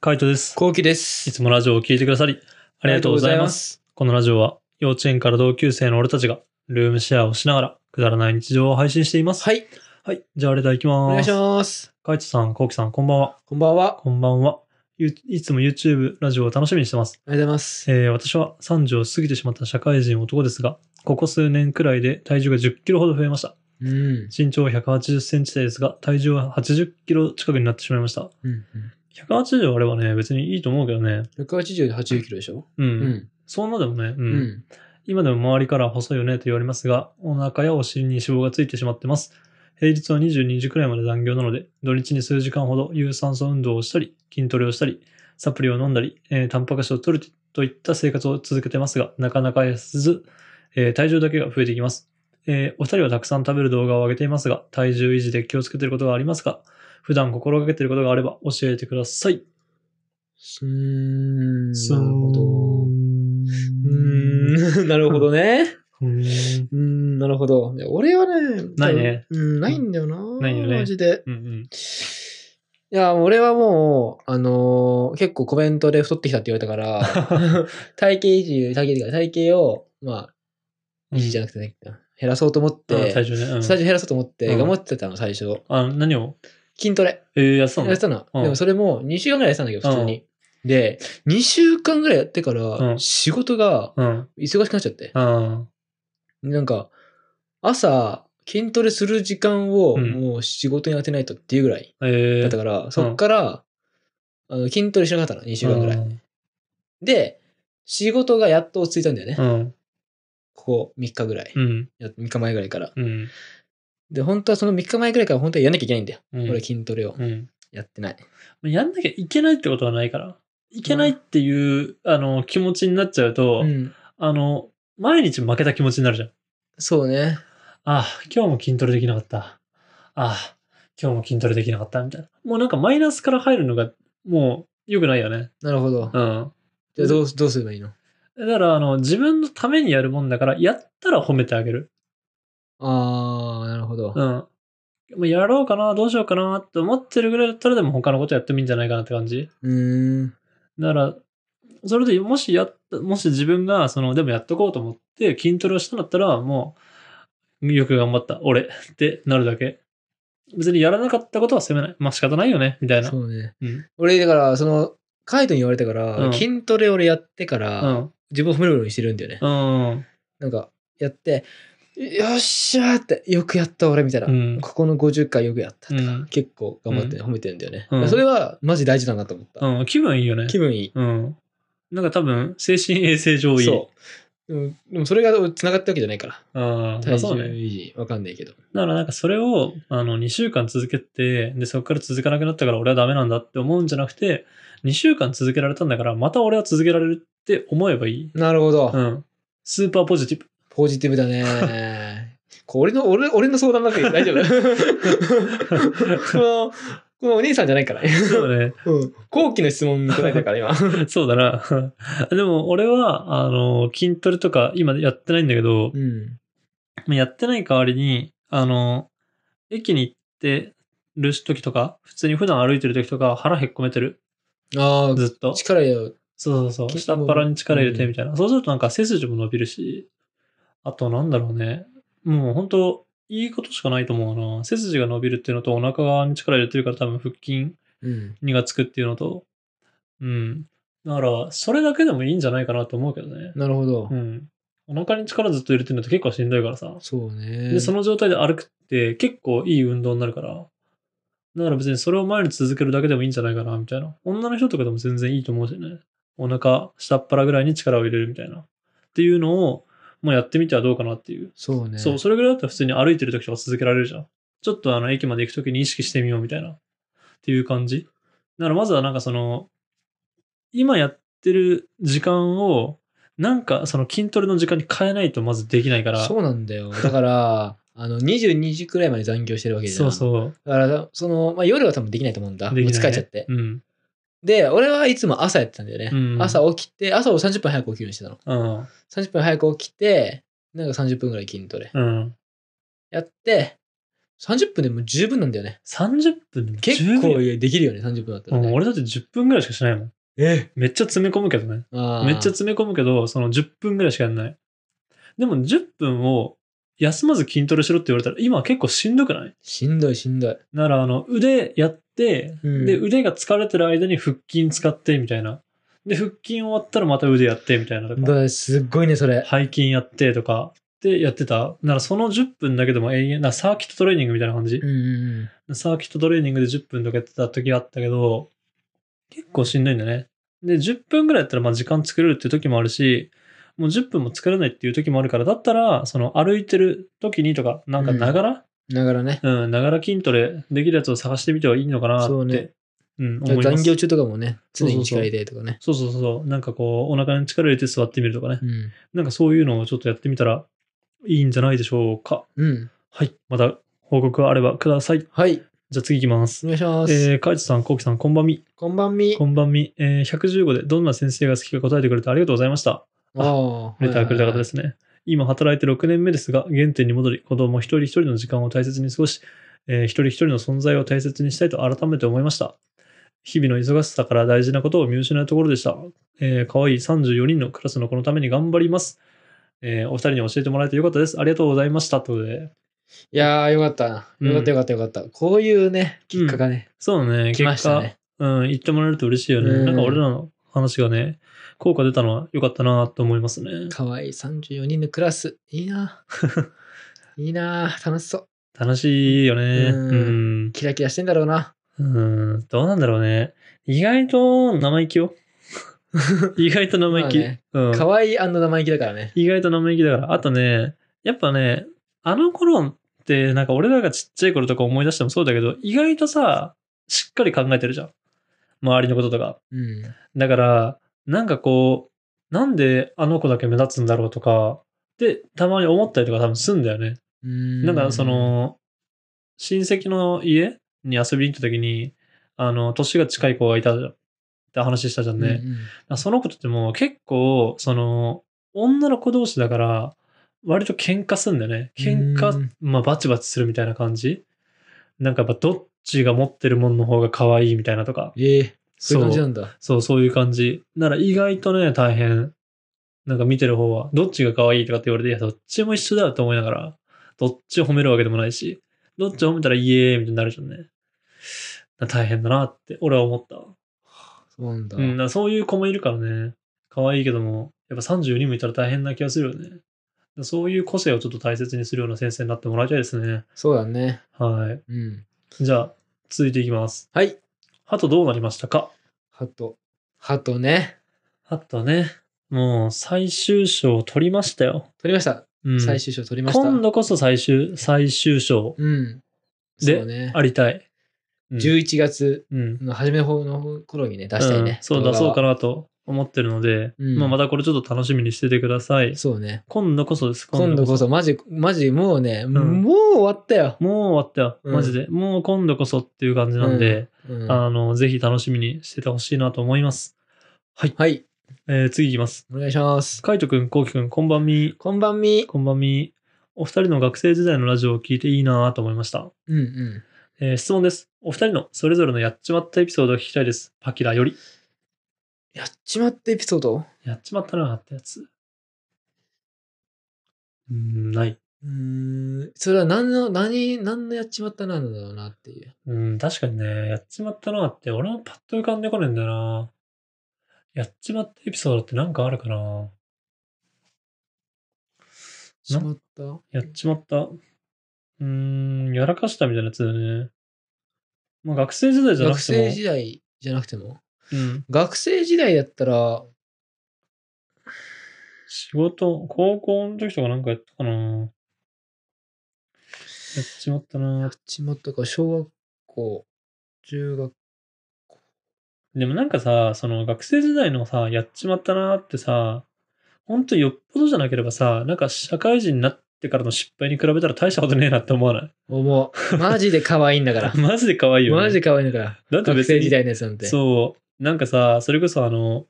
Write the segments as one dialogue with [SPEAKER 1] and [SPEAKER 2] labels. [SPEAKER 1] カイトです。
[SPEAKER 2] 後期で
[SPEAKER 1] い
[SPEAKER 2] す。
[SPEAKER 1] つもラジオを聞いてくださり、ありがとうございます。
[SPEAKER 2] す。
[SPEAKER 1] このラジオは、幼稚園から同級生の俺たちが、ルームシェアをしながら、くだらない日常を配信しています。
[SPEAKER 2] はい、
[SPEAKER 1] はい。じゃあ、レターいきます。
[SPEAKER 2] お願いします。
[SPEAKER 1] カイトさん、コウキさん、こんばんは。
[SPEAKER 2] こんばんは。
[SPEAKER 1] こんばんは。ゆいつも YouTube、ラジオを楽しみにしてます。
[SPEAKER 2] ありがとうございます。
[SPEAKER 1] えー私は30を過ぎてしまった社会人男ですが、ここ数年くらいで体重が10キロほど増えました。
[SPEAKER 2] うん。
[SPEAKER 1] 身長180センチですが、体重は80キロ近くになってしまいました。
[SPEAKER 2] うん。
[SPEAKER 1] 180あればね、別にいいと思うけどね。
[SPEAKER 2] 180で80キロでしょ
[SPEAKER 1] うん。
[SPEAKER 2] うん。
[SPEAKER 1] そんなでもね、うん。
[SPEAKER 2] うん。
[SPEAKER 1] 今でも周りから細いよねと言われますが、お腹やお尻に脂肪がついてしまってます。平日は22時くらいまで残業なので、土日に数時間ほど有酸素運動をしたり、筋トレをしたり、サプリを飲んだり、えータンパク質を取るといった生活を続けてますが、なかなか痩せず、えー体重だけが増えていきます。えーお二人はたくさん食べる動画を上げていますが、体重維持で気をつけていることがありますか普段心がけていることがあれば教えてください。
[SPEAKER 2] うーん。なるほど。う
[SPEAKER 1] う
[SPEAKER 2] ーん。なるほどね。
[SPEAKER 1] ーん
[SPEAKER 2] うーん。なるほど。いや俺はね、
[SPEAKER 1] ないね。
[SPEAKER 2] うん、ないんだよな。
[SPEAKER 1] ないよね
[SPEAKER 2] マジで。
[SPEAKER 1] うんうん。
[SPEAKER 2] いや、俺はもう、あのー結構コメントで太ってきたって言われた から、体型維持、体型っていうか体型を、まあ、維持じゃなくてね、減らそうと思っ
[SPEAKER 1] うん
[SPEAKER 2] て、
[SPEAKER 1] 最初ね。うん
[SPEAKER 2] スタジオ減らそうと思って、
[SPEAKER 1] うん
[SPEAKER 2] 頑張ってたの、最初。
[SPEAKER 1] あ、何を
[SPEAKER 2] 筋トレ。
[SPEAKER 1] えー、やってた
[SPEAKER 2] や
[SPEAKER 1] の
[SPEAKER 2] ってたの。
[SPEAKER 1] うん
[SPEAKER 2] でもそれも2週間ぐらいやってたんだけど、普通に。で、2週間ぐらいやってか
[SPEAKER 1] う
[SPEAKER 2] ら、
[SPEAKER 1] ん
[SPEAKER 2] 仕事が
[SPEAKER 1] うん。
[SPEAKER 2] 忙しくなっちゃって。
[SPEAKER 1] あ
[SPEAKER 2] なんか、朝、筋トレする時間を
[SPEAKER 1] うん
[SPEAKER 2] もう仕事に当てないとっていうぐらい
[SPEAKER 1] ーえー。
[SPEAKER 2] だったから、そっから、あの筋トレしなかったの、2週間ぐらい。
[SPEAKER 1] い。
[SPEAKER 2] で、仕事がやっと落ち着いたんだよね
[SPEAKER 1] う。ん。
[SPEAKER 2] ここ3日ぐらい。
[SPEAKER 1] うん。
[SPEAKER 2] や3日前ぐらいから。
[SPEAKER 1] うん。
[SPEAKER 2] で、本当はその3日前ぐらいから本当はやんなきゃいけないんだよ。
[SPEAKER 1] うん
[SPEAKER 2] 俺筋トレを
[SPEAKER 1] うん。
[SPEAKER 2] やってない。
[SPEAKER 1] やんなきゃいけないってことはないから。いけないっていう、あの、気持ちになっちゃうと、
[SPEAKER 2] うん。
[SPEAKER 1] あの、毎日負けた気持ちになるじゃん。
[SPEAKER 2] そうね。
[SPEAKER 1] ああ、今日も筋トレできなかった。ああ、今日も筋トレできなかった。みたいな。もうなんかマイナスから入るのが、もう、良くないよね。
[SPEAKER 2] なるほど。
[SPEAKER 1] うん。
[SPEAKER 2] じゃあどう、どうすればいいの
[SPEAKER 1] だから、あの、自分のためにやるもんだから、やったら褒めてあげる。
[SPEAKER 2] あー、なるほど。
[SPEAKER 1] うん。まあやろうかな、どうしようかなって思ってるぐらいだったらでも他のことやってもいいんじゃないかなって感じ。
[SPEAKER 2] うーん。
[SPEAKER 1] だから、それでもしやった、もし自分が、その、でもやっとこうと思って筋トレをしたんだったら、もう、よく頑張った、俺 ってなるだけ。別にやらなかったことは責めない。まあ仕方ないよね、みたいな。
[SPEAKER 2] そううね。
[SPEAKER 1] ん。
[SPEAKER 2] 俺、だから、その、カイトに言われたから、
[SPEAKER 1] うん
[SPEAKER 2] 筋トレ俺やってか
[SPEAKER 1] う
[SPEAKER 2] ら、
[SPEAKER 1] ん。
[SPEAKER 2] 自分を褒めるようにしてるんだよね。
[SPEAKER 1] うん。
[SPEAKER 2] なんか、やって、よっしゃーって、よくやった俺みたいな。
[SPEAKER 1] うん
[SPEAKER 2] ここの50回よくやったとか、
[SPEAKER 1] うん
[SPEAKER 2] 結構頑張って、褒めてるんだよね。
[SPEAKER 1] うん
[SPEAKER 2] それは、マジ大事だなと思った。
[SPEAKER 1] うん。気分いいよね。
[SPEAKER 2] 気分いい。
[SPEAKER 1] うん。なんか多分、精神衛生上いい。
[SPEAKER 2] そう。でも、でもそれが繋がったわけじゃないから。
[SPEAKER 1] うん。まあ
[SPEAKER 2] 体重
[SPEAKER 1] そうね。
[SPEAKER 2] 維持、わかんないけど。
[SPEAKER 1] だからなんかそれをあの2週間続けて、で、そこから続かなくなったから俺はダメなんだって思うんじゃなくて、2週間続けられたんだから、また俺は続けられるって思えばいい。
[SPEAKER 2] なるほど。
[SPEAKER 1] うん。スーパーポジティブ。
[SPEAKER 2] ポジティブだね。これ俺の、俺、俺の相談だけど大丈夫 この、このお兄さんじゃないから。
[SPEAKER 1] そうね。
[SPEAKER 2] うん。後期の質問答えてるから、今。
[SPEAKER 1] そうだな。 でも俺は、あの、筋トレとか今やってないんだけど、
[SPEAKER 2] うん。
[SPEAKER 1] まあやってない代わりに、あの、駅に行ってる時とか、普通に普段歩いてる時とか腹へっこめてる。
[SPEAKER 2] あ
[SPEAKER 1] ずっと
[SPEAKER 2] あ、。力よ。
[SPEAKER 1] そうそうそう。
[SPEAKER 2] 結
[SPEAKER 1] 下
[SPEAKER 2] 構
[SPEAKER 1] っ腹に力入れてみたいな。そうするとなんか背筋も伸びるし、あとなんだろうね。もう本当いいことしかないと思うな。背筋が伸びるっていうのと、お腹側に力入れてるから多分腹筋
[SPEAKER 2] うん。
[SPEAKER 1] にがつくっていうのと、うん。だから、それだけでもいいんじゃないかなと思うけどね。
[SPEAKER 2] なるほど
[SPEAKER 1] う。ん。お腹に力ずっと入れてるのって結構しんどいからさ。
[SPEAKER 2] そうね。
[SPEAKER 1] で、その状態で歩くって結構いい運動になるから。だから別にそれを前に続けるだけでもいいんじゃないかな、みたいな。女の人とかでも全然いいと思うしね。お腹、下っ腹ぐらいに力を入れるみたいな。っていうのを、もうやってみてはどうかなっていう。
[SPEAKER 2] そうね。
[SPEAKER 1] そう、それぐらいだったら普通に歩いてる時とか続けられるじゃん。ちょっとあの、駅まで行く時に意識してみようみたいな。っていう感じ。だからまずはなんかその、今やってる時間を、なんかその筋トレの時間に変えないとまずできないから。
[SPEAKER 2] そうなんだよ。だから、 あの、22時くらいまで残業してるわけじゃ
[SPEAKER 1] そ
[SPEAKER 2] ん。
[SPEAKER 1] うそう。
[SPEAKER 2] だから、その、まあ、夜は多分できないと思うんだ。
[SPEAKER 1] できない
[SPEAKER 2] もう
[SPEAKER 1] ね
[SPEAKER 2] 疲れちゃって。
[SPEAKER 1] うん。
[SPEAKER 2] で、俺はいつも朝やってたんだよね。
[SPEAKER 1] うん
[SPEAKER 2] 朝起きて、朝を30分早く起きるようにしてたの。
[SPEAKER 1] うん。
[SPEAKER 2] 30分早く起きて、なんか30分ぐらい筋トレ。
[SPEAKER 1] うん。
[SPEAKER 2] やって、 30分でも十分なんだよね。
[SPEAKER 1] 30分でも
[SPEAKER 2] 結
[SPEAKER 1] 10
[SPEAKER 2] 構
[SPEAKER 1] 秒
[SPEAKER 2] できるよね、30分だった
[SPEAKER 1] う
[SPEAKER 2] ら、
[SPEAKER 1] ん、
[SPEAKER 2] ね。
[SPEAKER 1] 俺だって10分ぐらいしかしないもん。
[SPEAKER 2] え
[SPEAKER 1] めっちゃ詰め込むけどね。めっちゃ詰め込むけど、その10分ぐらいしかやんない。でも10分を休まず筋トレしろって言われたら、今結構しんどくない
[SPEAKER 2] しんどいしんどい。
[SPEAKER 1] なら、あの、腕やって、
[SPEAKER 2] うん
[SPEAKER 1] で、腕が疲れてる間に腹筋使って、みたいな。で、腹筋終わったらまた腕やって、みたいなと
[SPEAKER 2] だか
[SPEAKER 1] か、
[SPEAKER 2] らすっごいね、それ。
[SPEAKER 1] 背筋やってとか、でやってた。なら、その10分だけでも永遠、なサーキットトレーニングみたいな感じ
[SPEAKER 2] うん。うんうん。
[SPEAKER 1] サーキットトレーニングで10分とかやってた時があったけど、結構しんどいんだね。で、10分ぐらいやったらまあ時間作れるっていう時もあるし、もう10分も作れないっていう時もあるから、だったら、その歩いてる時にとか、なんかながら、
[SPEAKER 2] ながらね。
[SPEAKER 1] うん、ながら筋トレできるやつを探してみてはいいのかなって、
[SPEAKER 2] そううね
[SPEAKER 1] ん、思いま
[SPEAKER 2] 残
[SPEAKER 1] す。
[SPEAKER 2] 業中とかもね、
[SPEAKER 1] そう
[SPEAKER 2] 常
[SPEAKER 1] そうそう
[SPEAKER 2] に力入れてとかね。
[SPEAKER 1] そうそうそう。なんかこう、お腹に力入れて座ってみるとかね。
[SPEAKER 2] うん。
[SPEAKER 1] なんかそういうのをちょっとやってみたらいいんじゃないでしょうか。
[SPEAKER 2] うん。
[SPEAKER 1] はい。また報告があればください。
[SPEAKER 2] はい。
[SPEAKER 1] じゃあ次行きます
[SPEAKER 2] お。願いします。
[SPEAKER 1] えー、カイトさん、コウキさん、こんばんみ。
[SPEAKER 2] こんばんみ。
[SPEAKER 1] こんばんみ。えー、115でどんな先生が好きか答えてくれてありがとうございました。
[SPEAKER 2] ああ。。
[SPEAKER 1] レターくれた方ですすね。今働いて6年目ですが、原点に戻り、子供一人一人の時間を大切に過ごし、えー一人一人の存在を大切にしたいと改めて思いました。日々の忙しさから大事なことを見失うところでした。えー、可愛い34人のクラスの子のために頑張ります。えーお二人に教えてもらえてよかったです。ありがとうございました。ということで。
[SPEAKER 2] いやー、よかったな。
[SPEAKER 1] うん
[SPEAKER 2] よかったよかったよかった。こういうね、きっかけがね、
[SPEAKER 1] そうね、
[SPEAKER 2] 来ましたね。
[SPEAKER 1] 結果、うん、言ってもらえると嬉しいよね。
[SPEAKER 2] うん
[SPEAKER 1] なんか俺らの話がね、効果出たのは良かったなと思いますね。
[SPEAKER 2] かわいい34人のクラス。いいな。 いいな。楽しそう。
[SPEAKER 1] 楽しいよね。
[SPEAKER 2] うん
[SPEAKER 1] うん
[SPEAKER 2] キラキラしてんだろうな。
[SPEAKER 1] うーん、どうなんだろうね。意外と生意気 よ。意外と生意気。
[SPEAKER 2] まあね
[SPEAKER 1] うん、
[SPEAKER 2] かわいい生意気だからね。
[SPEAKER 1] 意外と生意気だから。あとね、やっぱね、あの頃って、なんか俺らがちっちゃい頃とか思い出してもそうだけど、意外とさ、しっかり考えてるじゃん。周りのこととか。
[SPEAKER 2] うん。
[SPEAKER 1] だから、なんかこう、なんであの子だけ目立つんだろうとか、で、たまに思ったりとか多分すんだよね。
[SPEAKER 2] な
[SPEAKER 1] なんかそ、の、親戚の家に遊びに行った時に、あの、年が近い子がいたじゃん。って話したじゃんね。だか
[SPEAKER 2] うんうん
[SPEAKER 1] らその子とっても結構、その、女の子同士だから、割と喧嘩すんだよね。喧嘩、
[SPEAKER 2] うん
[SPEAKER 1] まあバチバチするみたいな感じ。なんかやっぱどっちが持ってるものの方が可愛いみたいなとか。
[SPEAKER 2] ええ、そういう感じ
[SPEAKER 1] そ
[SPEAKER 2] な
[SPEAKER 1] うん
[SPEAKER 2] だ。
[SPEAKER 1] そう、そういう感じ。なら意外とね、大変。なんか見てる方は、どっちが可愛いとかって言われて、いや、どっちも一緒だよと思いながら、どっちを褒めるわけでもないし、どっちを褒めたらイエーイみたいになるじゃんね。大変だなって、俺は思ったわ。
[SPEAKER 2] そうなんだ。
[SPEAKER 1] うん、だからそういう子もいるからね。可愛いけども、やっぱ34人もいたら大変な気がするよね。だからそういう個性をちょっと大切にするような先生になってもらいたいですね。
[SPEAKER 2] そうだね。
[SPEAKER 1] は
[SPEAKER 2] うん。
[SPEAKER 1] い。じゃあ、続いていきます。
[SPEAKER 2] はい。
[SPEAKER 1] ハトどうなりましたか
[SPEAKER 2] ハト。ハトね。
[SPEAKER 1] ハトね、もう最終章を取りましたよ。
[SPEAKER 2] 取りました。
[SPEAKER 1] うん、
[SPEAKER 2] 最終章取りました。
[SPEAKER 1] 今度こそ最終、最終章
[SPEAKER 2] うん。
[SPEAKER 1] で
[SPEAKER 2] そうね。
[SPEAKER 1] ありたい。うん
[SPEAKER 2] 11月
[SPEAKER 1] うん
[SPEAKER 2] の初めの方の頃にね、出したい
[SPEAKER 1] うん
[SPEAKER 2] ね。
[SPEAKER 1] そう出そうか
[SPEAKER 2] な。
[SPEAKER 1] なと思ってるので、
[SPEAKER 2] うん
[SPEAKER 1] まあまたこれちょっと楽しみにしててください。
[SPEAKER 2] そうね。
[SPEAKER 1] 今度こそです。
[SPEAKER 2] 今度こそ、マジ、マジ、もうね、
[SPEAKER 1] ん
[SPEAKER 2] もう終わったよ。
[SPEAKER 1] もう終わったよ。
[SPEAKER 2] うん
[SPEAKER 1] マジで。もう今度こそっていう感じなんで、
[SPEAKER 2] うん
[SPEAKER 1] あの、ぜひ楽しみにしててほしいなと思います。
[SPEAKER 2] はい。
[SPEAKER 1] えー次いきます。
[SPEAKER 2] お願いします。
[SPEAKER 1] カイトくん、コウキくん、こんばんみ。
[SPEAKER 2] こんばんみ。
[SPEAKER 1] こんばんみ。お二人の学生時代のラジオを聞いていいなぁと思いました。
[SPEAKER 2] うんうん。
[SPEAKER 1] えー質問です。お二人のそれぞれのやっちまったエピソードを聞きたいです。パキラより。
[SPEAKER 2] やっちまってエピソード
[SPEAKER 1] やっちまったなってやつ。うーん、ない。
[SPEAKER 2] うーん。それは何の、何、何のやっちまったなんだろうなっていう。
[SPEAKER 1] うん、確かにね、やっちまったなって、俺もパッと浮かんでこねえんだよな。やっちまったエピソードってなんかあるかな
[SPEAKER 2] しまった
[SPEAKER 1] やっちまった。うーん、やらかしたみたいなやつだよね。まあ学生時代じゃな
[SPEAKER 2] 学
[SPEAKER 1] くても
[SPEAKER 2] 生。時代じゃなくても
[SPEAKER 1] うん、
[SPEAKER 2] 学生時代だったら、
[SPEAKER 1] 仕事、高校の時とかなんかやったかなやっちまったな
[SPEAKER 2] やっちまったか、小学校、中学
[SPEAKER 1] でもなんかさ、その学生時代のさ、やっちまったなーってさ、ほんとよっぽどじゃなければさ、なんか社会人になってからの失敗に比べたら大したことねえなって思わない
[SPEAKER 2] 思う。マジで可愛いんだ から。
[SPEAKER 1] マジで可愛 いよ、ね。
[SPEAKER 2] マジで可愛いんだから。
[SPEAKER 1] だって
[SPEAKER 2] 学
[SPEAKER 1] 別に
[SPEAKER 2] 生時代のやつなんて。
[SPEAKER 1] そう。なんかさ、それこそあの、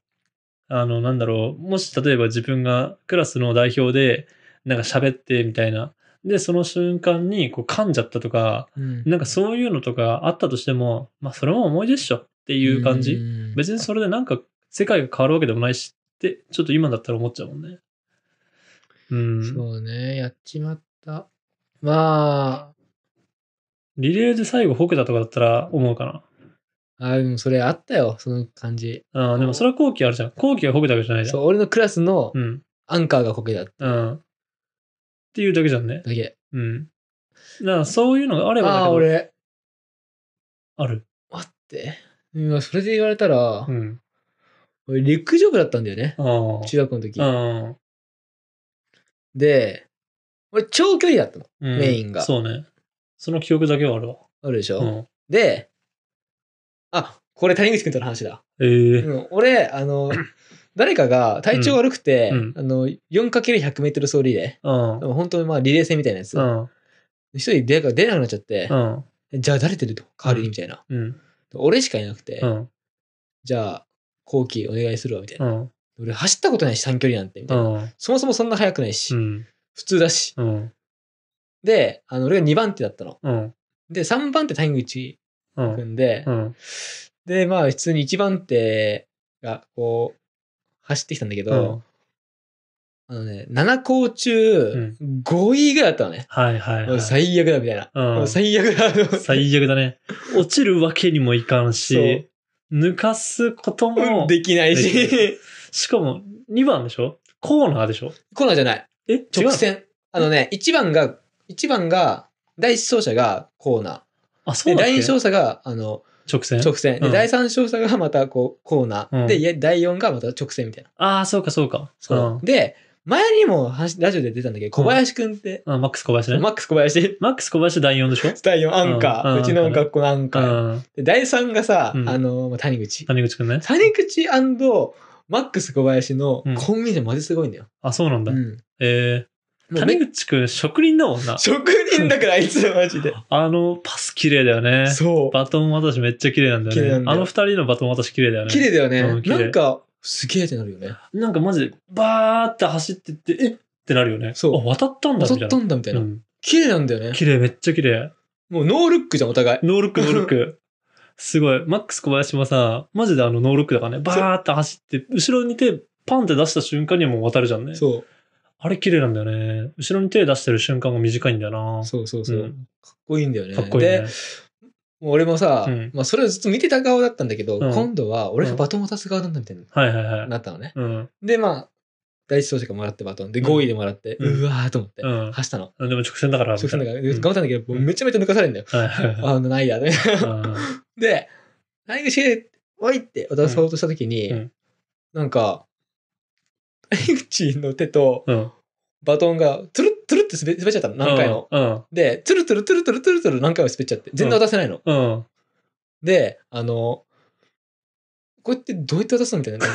[SPEAKER 1] あの、なんだろう、もし例えば自分がクラスの代表で、なんか喋ってみたいな。で、その瞬間にこう噛んじゃったとか、
[SPEAKER 2] うん
[SPEAKER 1] なんかそういうのとかあったとしても、まあそれも思い出っしょっていう感じ。
[SPEAKER 2] ん
[SPEAKER 1] 別にそれでなんか世界が変わるわけでもないしって、ちょっと今だったら思っちゃうもんね。うん。
[SPEAKER 2] そうね、やっちまった。ま
[SPEAKER 1] リレーで最後ほけたとかだったら思うかな。
[SPEAKER 2] あ、あでもそれあったよ、その感じ。
[SPEAKER 1] あーでもそれは後期あるじゃん。後期がほけたわけじゃないじゃん。
[SPEAKER 2] そう、俺のクラスの
[SPEAKER 1] うん。
[SPEAKER 2] アンカーがこけただ
[SPEAKER 1] うん。っていうだけじゃんね。
[SPEAKER 2] け。
[SPEAKER 1] うん。だからそういうのがあればだ
[SPEAKER 2] あ
[SPEAKER 1] け
[SPEAKER 2] あ、
[SPEAKER 1] ど
[SPEAKER 2] 俺、
[SPEAKER 1] ある。
[SPEAKER 2] 待って。今、それで言われたら
[SPEAKER 1] う、ん。
[SPEAKER 2] 俺、陸上部だったんだよね。
[SPEAKER 1] ああ。
[SPEAKER 2] 中学の時。
[SPEAKER 1] ああ
[SPEAKER 2] で、俺、長距離だったの。
[SPEAKER 1] うん
[SPEAKER 2] メインが
[SPEAKER 1] そうね。その記憶だけはあるわ。
[SPEAKER 2] あるでしょ、
[SPEAKER 1] うん。
[SPEAKER 2] で、あ、これ谷口くんとの話だ。
[SPEAKER 1] ええ
[SPEAKER 2] うん、俺、あの、誰かが体調悪くて、
[SPEAKER 1] うん
[SPEAKER 2] あの、4×100 メートル走リレ
[SPEAKER 1] うん
[SPEAKER 2] ー。で。も本当にまあリレー戦みたいなやつ。
[SPEAKER 1] うん。
[SPEAKER 2] 一人出な出なくなっちゃって
[SPEAKER 1] う、ん。
[SPEAKER 2] じゃあ誰出ると代わりにみたいな。
[SPEAKER 1] うん。
[SPEAKER 2] 俺しかいなくて、
[SPEAKER 1] うん。
[SPEAKER 2] じゃあ、後期お願いするわみたいな。
[SPEAKER 1] うん。
[SPEAKER 2] 俺走ったことないし、短距離なんて、みた
[SPEAKER 1] う
[SPEAKER 2] いな。
[SPEAKER 1] ん。
[SPEAKER 2] そもそもそんな速くないし、
[SPEAKER 1] うん。
[SPEAKER 2] 普通だし。
[SPEAKER 1] うん。
[SPEAKER 2] で、あの俺が2番手だったの。
[SPEAKER 1] うん。
[SPEAKER 2] で、3番手谷口
[SPEAKER 1] うん
[SPEAKER 2] く。んで、
[SPEAKER 1] うん。
[SPEAKER 2] で、まあ普通に1番手がこう、走ってきたんだけど、
[SPEAKER 1] うん
[SPEAKER 2] あのね、7校中
[SPEAKER 1] ん
[SPEAKER 2] 5位ぐらいだったのね。
[SPEAKER 1] はいはい
[SPEAKER 2] も
[SPEAKER 1] は
[SPEAKER 2] う
[SPEAKER 1] い。
[SPEAKER 2] 最悪だみたいな。
[SPEAKER 1] うん
[SPEAKER 2] もう最悪だ。
[SPEAKER 1] 最悪だね。落ちるわけにもいかんし、抜かすこと
[SPEAKER 2] うん
[SPEAKER 1] も、
[SPEAKER 2] できない
[SPEAKER 1] できな
[SPEAKER 2] し。
[SPEAKER 1] しかも2番でしょコーナーでしょ
[SPEAKER 2] コーナーじゃない。
[SPEAKER 1] え違うの
[SPEAKER 2] 直線。あのね、1番が、一番が、第一走者がコーナ
[SPEAKER 1] あ、
[SPEAKER 2] ー。
[SPEAKER 1] そ
[SPEAKER 2] で、
[SPEAKER 1] うだっ
[SPEAKER 2] 第二
[SPEAKER 1] け
[SPEAKER 2] 走者が、あの、
[SPEAKER 1] 直線
[SPEAKER 2] 直線。
[SPEAKER 1] う
[SPEAKER 2] で、
[SPEAKER 1] ん
[SPEAKER 2] 第三走者がまたこう、コーナ
[SPEAKER 1] う
[SPEAKER 2] ー。
[SPEAKER 1] ん
[SPEAKER 2] でいや、第四がまた直線みたいな。
[SPEAKER 1] ああ、そうかそうか。
[SPEAKER 2] そう。で、前にも話ラジオで出たんだけど、小林くんって、
[SPEAKER 1] うん。うんマックス小林ね。
[SPEAKER 2] マックス小林。
[SPEAKER 1] マックス小林第4でしょ
[SPEAKER 2] 第4アンカ
[SPEAKER 1] うん
[SPEAKER 2] ー。
[SPEAKER 1] うん
[SPEAKER 2] うちの学校のアンカ
[SPEAKER 1] う
[SPEAKER 2] ー。
[SPEAKER 1] ん。
[SPEAKER 2] で、第3がさ、
[SPEAKER 1] うん
[SPEAKER 2] あの、まあ谷口。
[SPEAKER 1] 谷口くんね。
[SPEAKER 2] 谷口マックス小林の
[SPEAKER 1] うん
[SPEAKER 2] コンビネーションマジすごいんだよ。
[SPEAKER 1] あ、そうなんだ。
[SPEAKER 2] うん。
[SPEAKER 1] えー、
[SPEAKER 2] もう
[SPEAKER 1] 谷
[SPEAKER 2] め
[SPEAKER 1] 口くん職人だもんな。
[SPEAKER 2] 職人だからあいつらマジで。
[SPEAKER 1] あの、パス綺麗だよね。
[SPEAKER 2] そう。
[SPEAKER 1] バトン渡しめっちゃ綺麗なんだよ
[SPEAKER 2] 綺麗
[SPEAKER 1] ね
[SPEAKER 2] な。んだ
[SPEAKER 1] あ
[SPEAKER 2] よ
[SPEAKER 1] の二人のバトン渡し綺麗だよね。
[SPEAKER 2] 綺麗だよ
[SPEAKER 1] う
[SPEAKER 2] ね
[SPEAKER 1] ん。綺麗
[SPEAKER 2] なんか、すげえってなるよね。
[SPEAKER 1] なんかマジで、バーって走ってって、えってなるよね。
[SPEAKER 2] そう
[SPEAKER 1] あ、渡ったんだみたい
[SPEAKER 2] 襲
[SPEAKER 1] な。
[SPEAKER 2] ったんだみたいな
[SPEAKER 1] う。ん。
[SPEAKER 2] 綺麗なんだよね。
[SPEAKER 1] 綺麗、めっちゃ綺麗。
[SPEAKER 2] もうノールックじゃん、お互い。
[SPEAKER 1] ノー ルック、ノールック。すごい。マックス小林もさ、マジであのノールックだからね、バーって走って、後ろに手、パンって出した瞬間にはもう渡るじゃんね。
[SPEAKER 2] そ
[SPEAKER 1] あれ綺麗なんだよね。後ろに手出してる瞬間が短いんだよな。
[SPEAKER 2] う。そうそう
[SPEAKER 1] う
[SPEAKER 2] そう。
[SPEAKER 1] ん
[SPEAKER 2] かっこいいんだよね。
[SPEAKER 1] かっこいいね
[SPEAKER 2] で、。もう俺もさ
[SPEAKER 1] うん、
[SPEAKER 2] まあそれをずっと見てた側だったんだけど、
[SPEAKER 1] うん
[SPEAKER 2] 今度は俺がバトン渡す側なんだみたいに
[SPEAKER 1] はいはいはい。
[SPEAKER 2] なったのね。
[SPEAKER 1] うん。
[SPEAKER 2] で、まあ、第一走者がもらってバトンで、
[SPEAKER 1] うん
[SPEAKER 2] 5位でもらって、
[SPEAKER 1] うん
[SPEAKER 2] うわーと思って
[SPEAKER 1] う、ん。
[SPEAKER 2] 走ったの。
[SPEAKER 1] でも直線だから。み
[SPEAKER 2] そう
[SPEAKER 1] た
[SPEAKER 2] す
[SPEAKER 1] い
[SPEAKER 2] る
[SPEAKER 1] な
[SPEAKER 2] のが
[SPEAKER 1] う
[SPEAKER 2] で頑張ったんだけど、もうめちゃめちゃ抜かされるんだよ。
[SPEAKER 1] はいはいはい。
[SPEAKER 2] あの、ないや、ね。
[SPEAKER 1] うん
[SPEAKER 2] で、谷口で、おいって渡そうとしたときに、
[SPEAKER 1] うんうん
[SPEAKER 2] なんか、谷口の手と
[SPEAKER 1] うん。
[SPEAKER 2] バトンが、つるつるって滑滑っちゃったの、何回も。
[SPEAKER 1] うん。
[SPEAKER 2] で、つるつるつるつるつるつる何回も滑っちゃって、全然渡せないの。
[SPEAKER 1] うん。
[SPEAKER 2] で、あの、こうやってどうやって渡すのみた いな。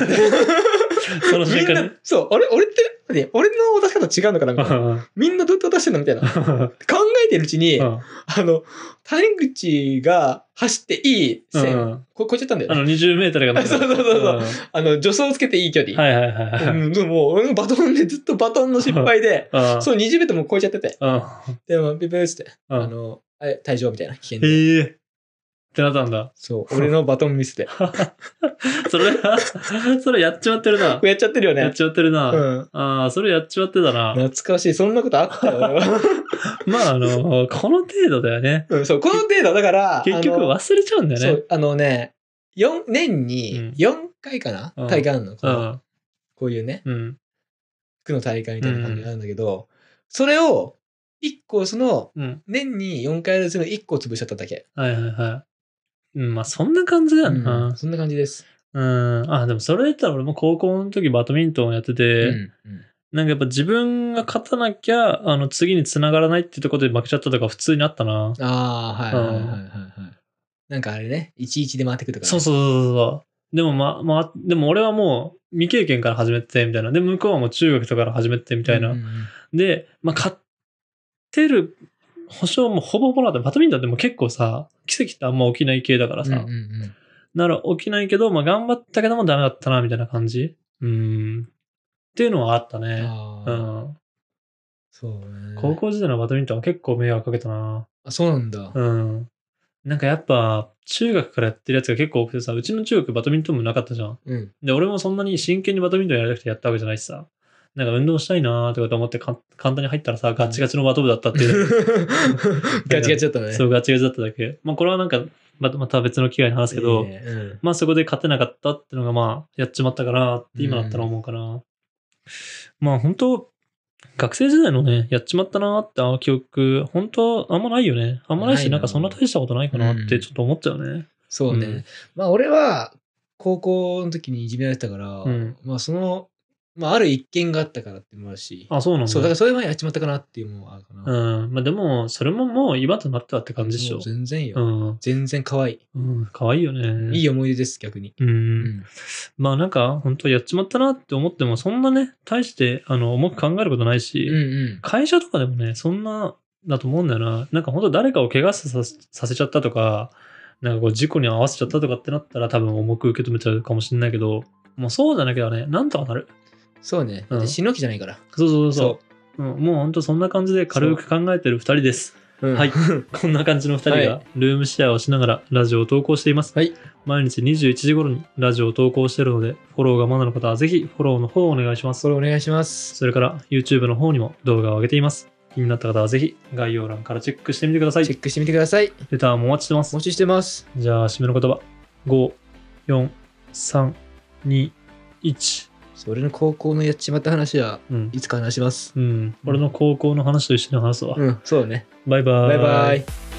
[SPEAKER 1] その瞬
[SPEAKER 2] みん
[SPEAKER 1] 間
[SPEAKER 2] な
[SPEAKER 1] ね。
[SPEAKER 2] そう、あれ俺って、待って俺の渡し方違うのかなみたいなみんなどうやって渡してんのみたいな。考えてるうちに、
[SPEAKER 1] うん
[SPEAKER 2] あの、谷口が走っていい線、
[SPEAKER 1] うん
[SPEAKER 2] こ超えちゃったんだよ
[SPEAKER 1] あ
[SPEAKER 2] ね。
[SPEAKER 1] の20メートルがなんか
[SPEAKER 2] そうそうそうそうあの、助走つけていい距
[SPEAKER 1] うん
[SPEAKER 2] 離。
[SPEAKER 1] はいはいはいはい。
[SPEAKER 2] うん、でも、俺のバトンでずっとバトンの失敗で、
[SPEAKER 1] うん
[SPEAKER 2] そう、20メートルも超えちゃってて。
[SPEAKER 1] うん。
[SPEAKER 2] でも、ビブーっつって、
[SPEAKER 1] う
[SPEAKER 2] あ
[SPEAKER 1] ん。
[SPEAKER 2] の、あれ、退場みたいな、危険で。
[SPEAKER 1] へえ。ってなったんだ。
[SPEAKER 2] そう、俺のバトンミスで。
[SPEAKER 1] それ、 それやっちまってるな。
[SPEAKER 2] やっちゃってるよ
[SPEAKER 1] やっ
[SPEAKER 2] ね。
[SPEAKER 1] ちまってる
[SPEAKER 2] う
[SPEAKER 1] な。
[SPEAKER 2] ん。
[SPEAKER 1] ああ、それやっちまってたな。
[SPEAKER 2] 懐かしい。そんなことあったよ俺 は。
[SPEAKER 1] まあ、あの、この程度だよね。
[SPEAKER 2] うん、そう、この程度、だから、
[SPEAKER 1] 結局
[SPEAKER 2] あの
[SPEAKER 1] 忘れちゃうんだ
[SPEAKER 2] そ
[SPEAKER 1] よね。
[SPEAKER 2] う、あのね、四年
[SPEAKER 1] うん
[SPEAKER 2] に4回かな、
[SPEAKER 1] うん
[SPEAKER 2] 大会あるのこ
[SPEAKER 1] う
[SPEAKER 2] の
[SPEAKER 1] ん。
[SPEAKER 2] こういうね、
[SPEAKER 1] うん。
[SPEAKER 2] 区の大会みたいな感じがあるんだけど、それを1個、その、
[SPEAKER 1] うん。
[SPEAKER 2] 年に4回あるうちの1個潰しちゃっただけ。
[SPEAKER 1] はいはいはい。うん、まあ、そんな感じだよな。
[SPEAKER 2] うんそんな感じです。
[SPEAKER 1] うん。あ、でもそれ言ったら俺も高校の時バドミントンやってて、
[SPEAKER 2] うん
[SPEAKER 1] なんかやっぱ自分が勝たなきゃ、あの次に繋がらないってところで負けちゃったとか普通にあったな。
[SPEAKER 2] ああ、はいはいはいはいはい。なんかあれね、11で回ってくるとかね、
[SPEAKER 1] そうそうそうそうそう。でもまあ、まあ、でも俺はもう未経験から始めててみたいな。で、向こうはもう中学とかから始めててみたいな。
[SPEAKER 2] うんうんうん
[SPEAKER 1] で、まあ、勝ってる保証もほぼほぼなんだ。バドミントンでも結構さ、奇跡ってあんま起きない系だからさ。
[SPEAKER 2] うんうんうん
[SPEAKER 1] なら起きないけど、まあ頑張ったけどもダメだったな、みたいな感じ。うん。っていうのはあったね。う
[SPEAKER 2] あー
[SPEAKER 1] ん。
[SPEAKER 2] そうね。
[SPEAKER 1] 高校時代のバドミントンは結構迷惑かけたな。
[SPEAKER 2] あ、そうなんだ。
[SPEAKER 1] うん。なんかやっぱ、中学からやってるやつが結構多くてさ、うちの中学バドミントン部なかったじゃん。
[SPEAKER 2] うん。
[SPEAKER 1] で、俺もそんなに真剣にバドミントンやりたくてやったわけじゃないしさ。なんか運動したいなーとかと思ってかん簡単に入ったらさ、ガチガチのバド部だったって いう。
[SPEAKER 2] ガチガチだったね。
[SPEAKER 1] そうう、ガチガチだっただけ。まあこれはなんか、ままた別の機会に話すけど、
[SPEAKER 2] いいねうん
[SPEAKER 1] まあそこで勝てなかったってのがまあやっちまったかなって今だったら思うかな。まあ本当学生時代のね、やっちまったなってあの記憶、本当あんまないよね。あんまない
[SPEAKER 2] な
[SPEAKER 1] し、
[SPEAKER 2] いな
[SPEAKER 1] なんかそんな大したことないかなってちょっと思っちゃうね。
[SPEAKER 2] そうね。
[SPEAKER 1] うん
[SPEAKER 2] まあ、俺は、高校の時にいじめられてたから、
[SPEAKER 1] うん
[SPEAKER 2] まあ、その、まあ、ある一件があったからっていうのもあるし、
[SPEAKER 1] あ、そうなんだ。
[SPEAKER 2] そう、だからそれ前やっちまったかなっていうのもあるかな。
[SPEAKER 1] うん。まあでも、それももう今となってはって感じでしょ
[SPEAKER 2] もう。全然よ。
[SPEAKER 1] うん。
[SPEAKER 2] 全然可愛い。
[SPEAKER 1] うん。かわいいよね。
[SPEAKER 2] いい思い出です、逆に。
[SPEAKER 1] う。
[SPEAKER 2] うんん。
[SPEAKER 1] まあなんか、本当やっちまったなって思っても、そんなね、大して、あの、重く考えることないし、
[SPEAKER 2] うんうん。
[SPEAKER 1] 会社とかでもね、そんなだと思うんだよな。なんか本当誰かを怪我させさせちゃったとか、なんかこう事故に合わせちゃったとかってなったら多分重く受け止めちゃうかもしれないけど、もうそうじゃなきゃね、なんとかなる。
[SPEAKER 2] そうね。
[SPEAKER 1] うん
[SPEAKER 2] で死ぬ気じゃないから。
[SPEAKER 1] そうそうそうそう。うん、もう本当そんな感じで軽く考えてる2人です。
[SPEAKER 2] そう。うん
[SPEAKER 1] はい こんな感じの2人
[SPEAKER 2] は
[SPEAKER 1] がルームシェアをしながらラジオを投稿しています。
[SPEAKER 2] はい
[SPEAKER 1] 毎日21時頃にラジオを投稿しているので、フォローがまだの方はぜひフォローの方をお願いします。
[SPEAKER 2] それお願いします。
[SPEAKER 1] それから YouTube の方にも動画を上げています。気になった方はぜひ概要欄からチェックしてみてくださ
[SPEAKER 2] チェ
[SPEAKER 1] い。
[SPEAKER 2] ックしてみてください。
[SPEAKER 1] レターもお待ちしてま
[SPEAKER 2] お
[SPEAKER 1] す。
[SPEAKER 2] 待ちしてます。
[SPEAKER 1] じゃあ、締めの言葉。5、4、3、2、1。
[SPEAKER 2] それの高校のやっちまった話は、
[SPEAKER 1] うん。
[SPEAKER 2] いつか話します。
[SPEAKER 1] うん。俺の高校の話と一緒に話すわ。
[SPEAKER 2] うん、そうだね。
[SPEAKER 1] バイバーイ。
[SPEAKER 2] バイバイ。